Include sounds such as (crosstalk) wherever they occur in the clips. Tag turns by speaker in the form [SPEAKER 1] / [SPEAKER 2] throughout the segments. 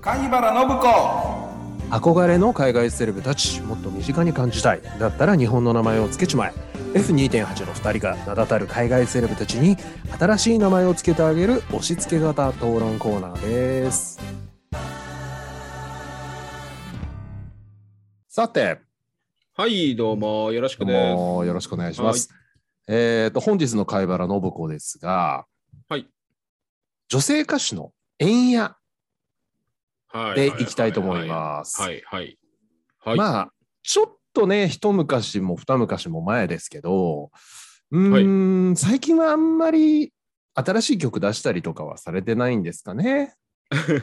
[SPEAKER 1] 貝原信子
[SPEAKER 2] 憧れの海外セレブたちもっと身近に感じたいだったら日本の名前を付けちまえ F2.8 の2人が名だたる海外セレブたちに新しい名前を付けてあげる押し付け型討論コーナーですさて
[SPEAKER 3] はい、どうも、よろしく
[SPEAKER 2] どう
[SPEAKER 3] で
[SPEAKER 2] もよろしくお願いします、えっ、と本日の貝原信子ですが、
[SPEAKER 3] はい、
[SPEAKER 2] 女性歌手の円谷
[SPEAKER 3] す。は
[SPEAKER 2] でいきたいと思います
[SPEAKER 3] はい、はい。はい。
[SPEAKER 2] まあちょっとね一昔も二昔も前ですけどうーん、最近はあんまり新しい曲出したりとかはされてないんですかね。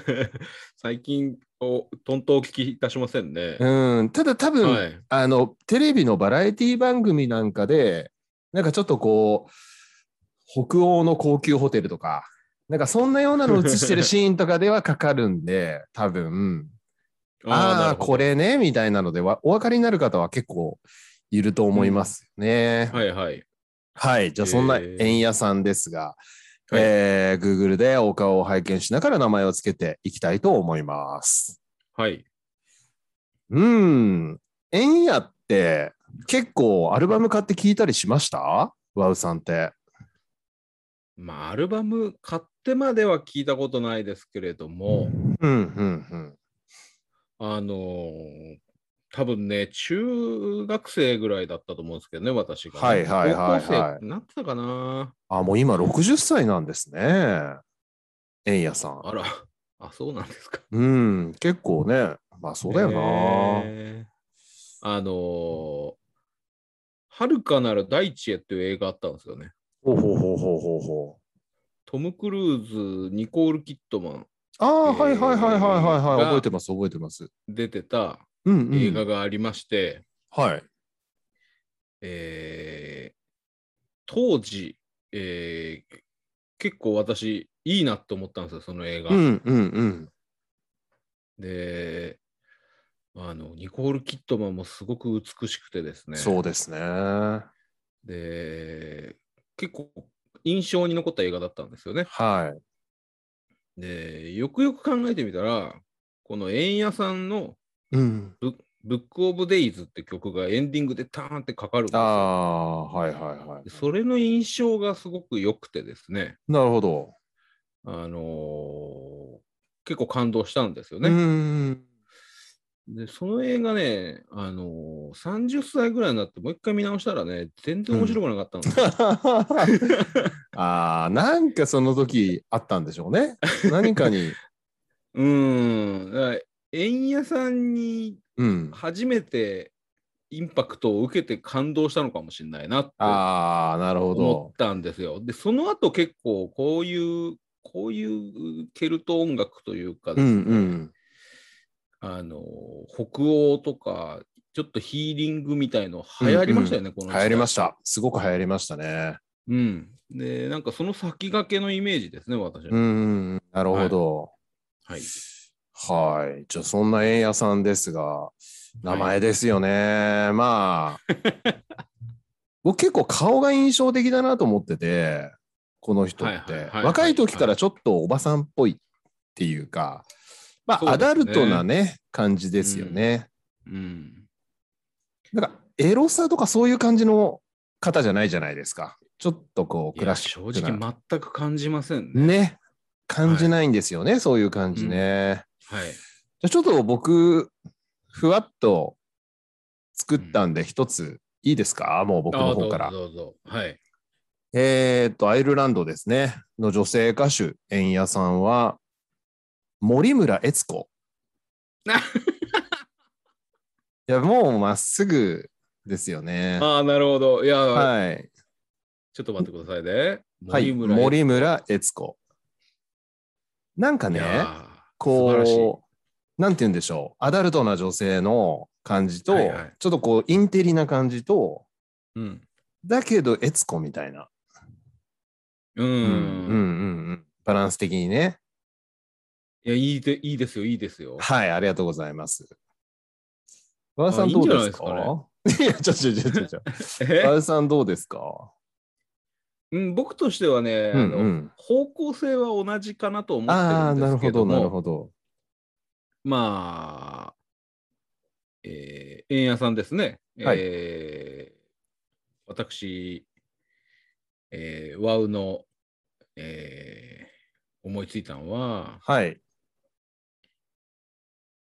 [SPEAKER 3] (laughs) 最近、お、トントンお聞きいたしませんね。
[SPEAKER 2] うんただ多分、
[SPEAKER 3] はい。
[SPEAKER 2] あのテレビのバラエティ番組なんかでなんかちょっとこう北欧の高級ホテルとかなんかそんなようなの映してるシーンとかではかかるんで (laughs) 多分ああーこ
[SPEAKER 3] れ。
[SPEAKER 2] れねみたいなのでわお分かりになる方は結構いると思いますよね。
[SPEAKER 3] はい、はい。
[SPEAKER 2] はい、じゃあそんな
[SPEAKER 3] えー
[SPEAKER 2] 円屋さんですが、
[SPEAKER 3] はい
[SPEAKER 2] えー Google でお顔を拝見しながら名前をつけていきたいと思います。
[SPEAKER 3] はい。
[SPEAKER 2] うーん、円屋って結構アルバム買って聞いたりしましたワウさんって。
[SPEAKER 3] まあ、アルバム買ってまでは聞いたことないですけれども、
[SPEAKER 2] うんうんうん。
[SPEAKER 3] あのー多分ね、中学生ぐらいだったと思うんですけどね、私が、
[SPEAKER 2] はいはいはいはい
[SPEAKER 3] 高校生なってたかな。
[SPEAKER 2] あ、もう今60歳なんですね。円屋さん。
[SPEAKER 3] あら、あ、そうなんですか。
[SPEAKER 2] うん、結構ね。まあそうだよな。
[SPEAKER 3] へーあのー遥かなる大地へっていう映画あったんですよね。
[SPEAKER 2] ほうほうほうほうほうほう。
[SPEAKER 3] トム・クルーズ、ニコール・キットマン
[SPEAKER 2] ああ、はいはいはいはいはいはい。
[SPEAKER 3] が
[SPEAKER 2] 覚えてます覚えてます。
[SPEAKER 3] 出てた
[SPEAKER 2] うん、うん。
[SPEAKER 3] 映画がありまして、
[SPEAKER 2] はい。
[SPEAKER 3] えー当時、えー結構私いいなと思ったんですよ、その映画。
[SPEAKER 2] うんうんうん。
[SPEAKER 3] で、あの、ニコール・キットマンもすごく美しくてですね。
[SPEAKER 2] そうですね。は
[SPEAKER 3] で、結構印象に残った映画だったんですよね。
[SPEAKER 2] い。
[SPEAKER 3] で、よくよく考えてみたら、この円谷さんの
[SPEAKER 2] うん。
[SPEAKER 3] ブックオブデイズって曲がエンディングでターンってかかるんです
[SPEAKER 2] あ
[SPEAKER 3] よ。
[SPEAKER 2] あ、はいはいはい
[SPEAKER 3] で。それの印象がすごく良くてですね、
[SPEAKER 2] なるほど。
[SPEAKER 3] あのー結構感動したんですよ
[SPEAKER 2] う
[SPEAKER 3] ね。
[SPEAKER 2] ん。 (laughs)
[SPEAKER 3] で、その映画ね、あのー30歳ぐらいになってもう一回見直したらね、全然面白くなかったんですよ。
[SPEAKER 2] ああ、なんかその時あったんでしょうね。何か
[SPEAKER 3] (laughs)
[SPEAKER 2] に。
[SPEAKER 3] うーん。だから円谷さんに
[SPEAKER 2] うん。
[SPEAKER 3] 初めてインパクトを受けて感動したのかもしれないなって
[SPEAKER 2] ああ、なるほ
[SPEAKER 3] 思
[SPEAKER 2] ど
[SPEAKER 3] っ。たんですよ。で、その後結構こういう、こういうケルト音楽というかで
[SPEAKER 2] う
[SPEAKER 3] すね、
[SPEAKER 2] んうん。
[SPEAKER 3] あの、北欧とか、ちょっとヒーリングみたいの流行りましたよね、この
[SPEAKER 2] 流
[SPEAKER 3] 時代
[SPEAKER 2] 行りました。すごく流行りましたね。
[SPEAKER 3] うん。で、なんかその先駆けのイメージですね、私は。
[SPEAKER 2] うんうん。なるほど。
[SPEAKER 3] はい。
[SPEAKER 2] はい。じゃあ、そんな円屋さんですが、名前ですよね。ま
[SPEAKER 3] (laughs)
[SPEAKER 2] あ、僕結構顔が印象的だなと思ってて、この人って。
[SPEAKER 3] はいはいはいはい
[SPEAKER 2] 若い時からちょっとおばさんっぽいっていうか、まあ、
[SPEAKER 3] そう
[SPEAKER 2] ア
[SPEAKER 3] ですね
[SPEAKER 2] ダルトなね、感じですよね。
[SPEAKER 3] うん。
[SPEAKER 2] なんか、エロさとかそういう感じの方じゃないじゃないですか。ちょっとこう、
[SPEAKER 3] い
[SPEAKER 2] クラ
[SPEAKER 3] や、
[SPEAKER 2] シッ
[SPEAKER 3] 正
[SPEAKER 2] クな。
[SPEAKER 3] 直全く感じませんね。
[SPEAKER 2] ね。感じないんですよね、そういう感じね。
[SPEAKER 3] はい。
[SPEAKER 2] じゃあちょっと僕、ふわっと作ったんで、一ついいですか、もう僕
[SPEAKER 3] あー
[SPEAKER 2] の
[SPEAKER 3] ど
[SPEAKER 2] 方
[SPEAKER 3] う
[SPEAKER 2] から
[SPEAKER 3] ぞ。どうぞ。はい。
[SPEAKER 2] えーっと、アイルランドですね、の女性歌手、円谷さんは、森村
[SPEAKER 3] (laughs)
[SPEAKER 2] 悦子。いや、もうまっすぐですよね。
[SPEAKER 3] ああ、なるほど。いや、
[SPEAKER 2] はい。
[SPEAKER 3] ちょっと待ってくださいね。
[SPEAKER 2] はい、
[SPEAKER 3] 悦子
[SPEAKER 2] 森村悦子。なんか
[SPEAKER 3] い
[SPEAKER 2] ね、
[SPEAKER 3] や素晴らしい
[SPEAKER 2] こう、なんて言うんでしょう、アダルトな女性の感じと、
[SPEAKER 3] はいはい
[SPEAKER 2] ちょっとこう、インテリな感じと、
[SPEAKER 3] ーうん。
[SPEAKER 2] だけど、悦子みたいな。
[SPEAKER 3] うん。
[SPEAKER 2] うんうんうん。バランス的にね。
[SPEAKER 3] いや、いいで、いいですよ、いいですよ。
[SPEAKER 2] はい、ありがとうございます。和田さん
[SPEAKER 3] いい
[SPEAKER 2] ど
[SPEAKER 3] ん
[SPEAKER 2] う
[SPEAKER 3] じゃ
[SPEAKER 2] で
[SPEAKER 3] ないで
[SPEAKER 2] す
[SPEAKER 3] す
[SPEAKER 2] か
[SPEAKER 3] かね
[SPEAKER 2] いや、ちょちょちょちょちょ。
[SPEAKER 3] え
[SPEAKER 2] 和田さんどうですか
[SPEAKER 3] うん、僕としてはね、
[SPEAKER 2] うん
[SPEAKER 3] あの
[SPEAKER 2] うん。
[SPEAKER 3] 方向性は同じかなと思ってるんですけども
[SPEAKER 2] ああー、なるほど、なるほど。
[SPEAKER 3] まあ、えー、円屋さんですね。
[SPEAKER 2] はい
[SPEAKER 3] えー私、えー、ワウの、えー思いついたのは、
[SPEAKER 2] はい。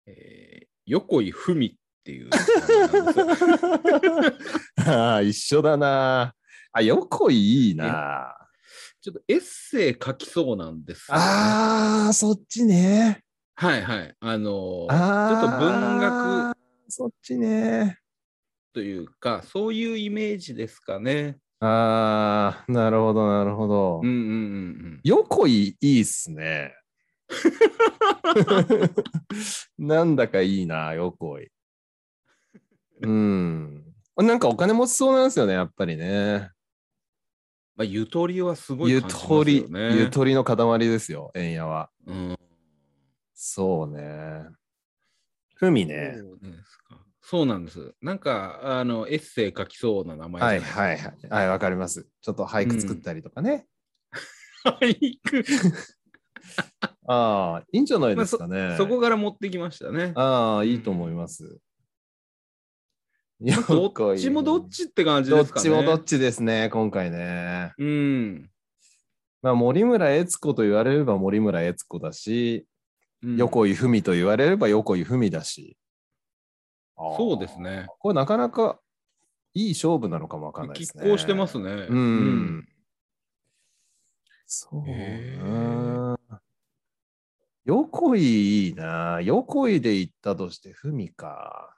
[SPEAKER 3] えー横井文っていう名前なんですよ
[SPEAKER 2] (laughs) ああ、一緒だな。あ、横井いいな。
[SPEAKER 3] ちょっとエッセイ書きそうなんですよね、
[SPEAKER 2] ああ、そっちね。
[SPEAKER 3] はいはい。あのー
[SPEAKER 2] あ
[SPEAKER 3] ちょっと文学
[SPEAKER 2] 学。そっちね。
[SPEAKER 3] というか、そういうイメージですかね。
[SPEAKER 2] ああ、なるほど、なるほど
[SPEAKER 3] うん。うんうん
[SPEAKER 2] 横井いいっすね。なんだかいいな、横井。うん。なんかお金持ちそうなんですよね、やっぱりね。
[SPEAKER 3] まあ、ゆとりはすごい
[SPEAKER 2] ゆ
[SPEAKER 3] 感じます
[SPEAKER 2] と
[SPEAKER 3] よ
[SPEAKER 2] り、
[SPEAKER 3] ね。
[SPEAKER 2] ゆとりの塊ですよ、円屋は。
[SPEAKER 3] うん
[SPEAKER 2] そうね。ふみね。
[SPEAKER 3] そうですか。そうなんです。なんか、あの、エッセイ書きそうな名前
[SPEAKER 2] はい
[SPEAKER 3] じゃな
[SPEAKER 2] はいはい。はい、わかります。ちょっと俳句作ったりとかね。
[SPEAKER 3] (laughs) いですか。
[SPEAKER 2] ああ、いいんじゃないですかね。
[SPEAKER 3] そこから持ってきました (laughs) ね。
[SPEAKER 2] ああ、いいと思います。いや
[SPEAKER 3] どっちもどっちって感じですかね。
[SPEAKER 2] どっちもどっちですね、今回ね。
[SPEAKER 3] うん。
[SPEAKER 2] まあ、森村悦子と言われれば森村悦子だし、
[SPEAKER 3] うん
[SPEAKER 2] 横井文と言われれば横井文だし。あー
[SPEAKER 3] そうです。ね。
[SPEAKER 2] これなかなかいい勝負なのかもわかんないです
[SPEAKER 3] 拮
[SPEAKER 2] ね。
[SPEAKER 3] 抗してますね。
[SPEAKER 2] う
[SPEAKER 3] うん
[SPEAKER 2] ん。そう
[SPEAKER 3] へ
[SPEAKER 2] な。横井いいな。横井で行ったとして、ふみ
[SPEAKER 3] (laughs)
[SPEAKER 2] か。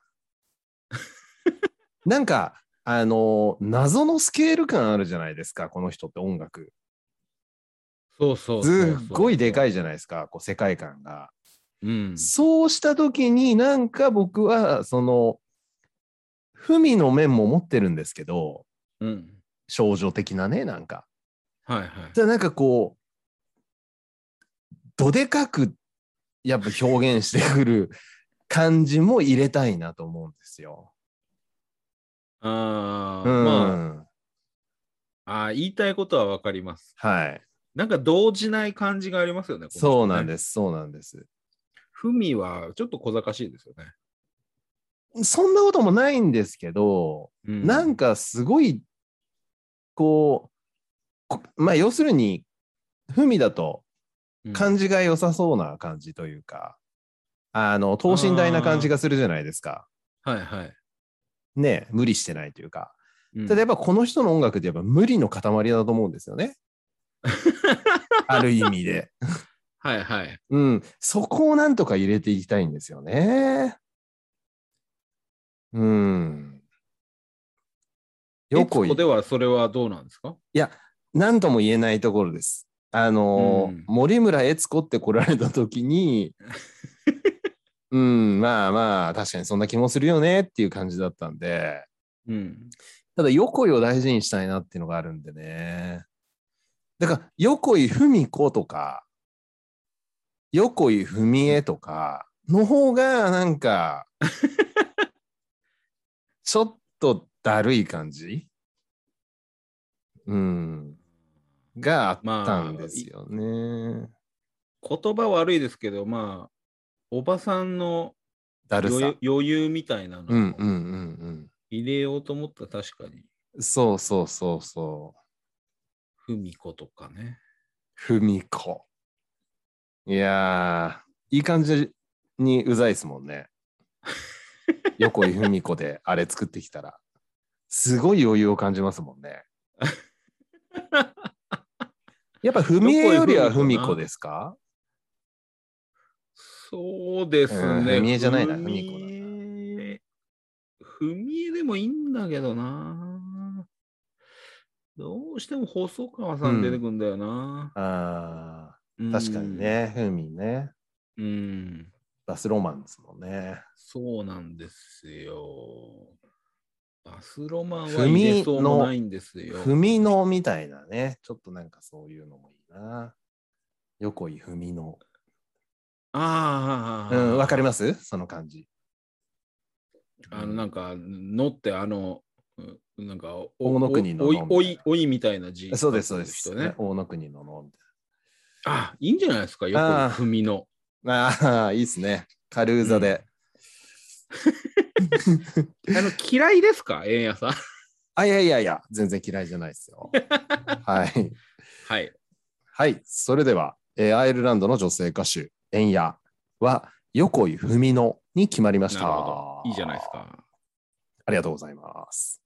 [SPEAKER 2] なんか、あの、謎のスケール感あるじゃないですか、この人って音楽。
[SPEAKER 3] そうそうそう
[SPEAKER 2] す
[SPEAKER 3] そう
[SPEAKER 2] っごいでかいじゃないですか、こう世界観が。
[SPEAKER 3] うん。
[SPEAKER 2] そうした時になんか僕は、その、ふみの面も持ってるんですけど、
[SPEAKER 3] うん。
[SPEAKER 2] 少女的なね、なんか。
[SPEAKER 3] はいはい。
[SPEAKER 2] じゃあなんかこう、どでかくやっぱ表現してくる感じも入れたいなと思うんですよ。
[SPEAKER 3] あ
[SPEAKER 2] う
[SPEAKER 3] あ、
[SPEAKER 2] ん。
[SPEAKER 3] まあ、あー言いたいことはわかります。
[SPEAKER 2] はい。
[SPEAKER 3] なんか動じない感じがありますよね。。
[SPEAKER 2] そうなんですす、そうなんです。
[SPEAKER 3] ふみはちょっと小賢しいですよね。
[SPEAKER 2] そんなこともないんですけど、
[SPEAKER 3] う
[SPEAKER 2] なんかすごい、こう、こまあ要するに、ふみだと感
[SPEAKER 3] じ、
[SPEAKER 2] じが良さそうな感じというか、あの、等身大な感じがするじゃないですか。
[SPEAKER 3] はいはい。
[SPEAKER 2] ね、無理してないというか。
[SPEAKER 3] うん
[SPEAKER 2] 例えばこの人の音楽ってやっぱ無理の塊だと思うんです
[SPEAKER 3] (laughs)
[SPEAKER 2] よね。ある意味で。
[SPEAKER 3] はいはい。
[SPEAKER 2] うん。そこをなんとか入れていきたいんですよね。うん。
[SPEAKER 3] よ
[SPEAKER 2] 横井
[SPEAKER 3] ではそれはどうなんですか
[SPEAKER 2] 何とも言えないところです。あのー、
[SPEAKER 3] うん
[SPEAKER 2] 森村悦子って来られた
[SPEAKER 3] (laughs)
[SPEAKER 2] 時に、うん、まあまあ、確かにそんな気もするよねっていう感じだったんで、
[SPEAKER 3] うん。
[SPEAKER 2] ただ、横井を大事にしたいなっていうのがあるんでね。だから、横井文子とか、横井文江とかの方が、なんか、ちょっとだるい感じうん。があったんですよね。
[SPEAKER 3] 言葉悪いですけど、まあ、おばさんの
[SPEAKER 2] だる
[SPEAKER 3] 余
[SPEAKER 2] さ
[SPEAKER 3] 裕。余裕みたいな
[SPEAKER 2] うん
[SPEAKER 3] の
[SPEAKER 2] うんうんう
[SPEAKER 3] を
[SPEAKER 2] ん
[SPEAKER 3] 入れようと思ったら確かに、。
[SPEAKER 2] そうそうそうそう。
[SPEAKER 3] ふみことかね。
[SPEAKER 2] 文子。いやー、いい感じにうざいですもんね。横井文子であれ作ってきたら。すごい余裕を感じますも
[SPEAKER 3] (laughs)
[SPEAKER 2] んね。やっぱ文江よりは文子ですか
[SPEAKER 3] そうです
[SPEAKER 2] う
[SPEAKER 3] ね。
[SPEAKER 2] んふみえじゃないな
[SPEAKER 3] ふみえ。ふみえでもいいんだけどな。どうしても細川さん出てくんだよな。
[SPEAKER 2] あ
[SPEAKER 3] う
[SPEAKER 2] ー
[SPEAKER 3] ん
[SPEAKER 2] 確かに。ね、文ね。
[SPEAKER 3] うん。
[SPEAKER 2] バスロマンですもんね。
[SPEAKER 3] そうなんですよ。バスロマンは
[SPEAKER 2] ふみ
[SPEAKER 3] 入れそうもないんですよ。
[SPEAKER 2] 文のみたいなね。ちょっとなんかそういうのもいいな。横井文の。
[SPEAKER 3] あ
[SPEAKER 2] う
[SPEAKER 3] あ、
[SPEAKER 2] ん、わかりますその感じ。
[SPEAKER 3] あの、なんか、のって、あの、うんなんか、お
[SPEAKER 2] 大野国の
[SPEAKER 3] おい
[SPEAKER 2] の、
[SPEAKER 3] おい、おいみたいな字。
[SPEAKER 2] そうです、そうです。
[SPEAKER 3] 人ね。
[SPEAKER 2] 大野国ののみたい
[SPEAKER 3] あ、いいんじゃないですか、よ
[SPEAKER 2] あー
[SPEAKER 3] く、ふみの。
[SPEAKER 2] な。ああ、いいですね。軽井沢で。
[SPEAKER 3] あの、嫌いですか円安さん。
[SPEAKER 2] あ、いやいやいや、全然嫌いじゃないで
[SPEAKER 3] (laughs)
[SPEAKER 2] すよ。はい。
[SPEAKER 3] はい。
[SPEAKER 2] はい。それでは、えーアイルランドの女性歌手、エンヤは、横井文乃に決まりま
[SPEAKER 3] な
[SPEAKER 2] し
[SPEAKER 3] る
[SPEAKER 2] た
[SPEAKER 3] ほど。いいじゃないです。か。
[SPEAKER 2] ありがとうございます。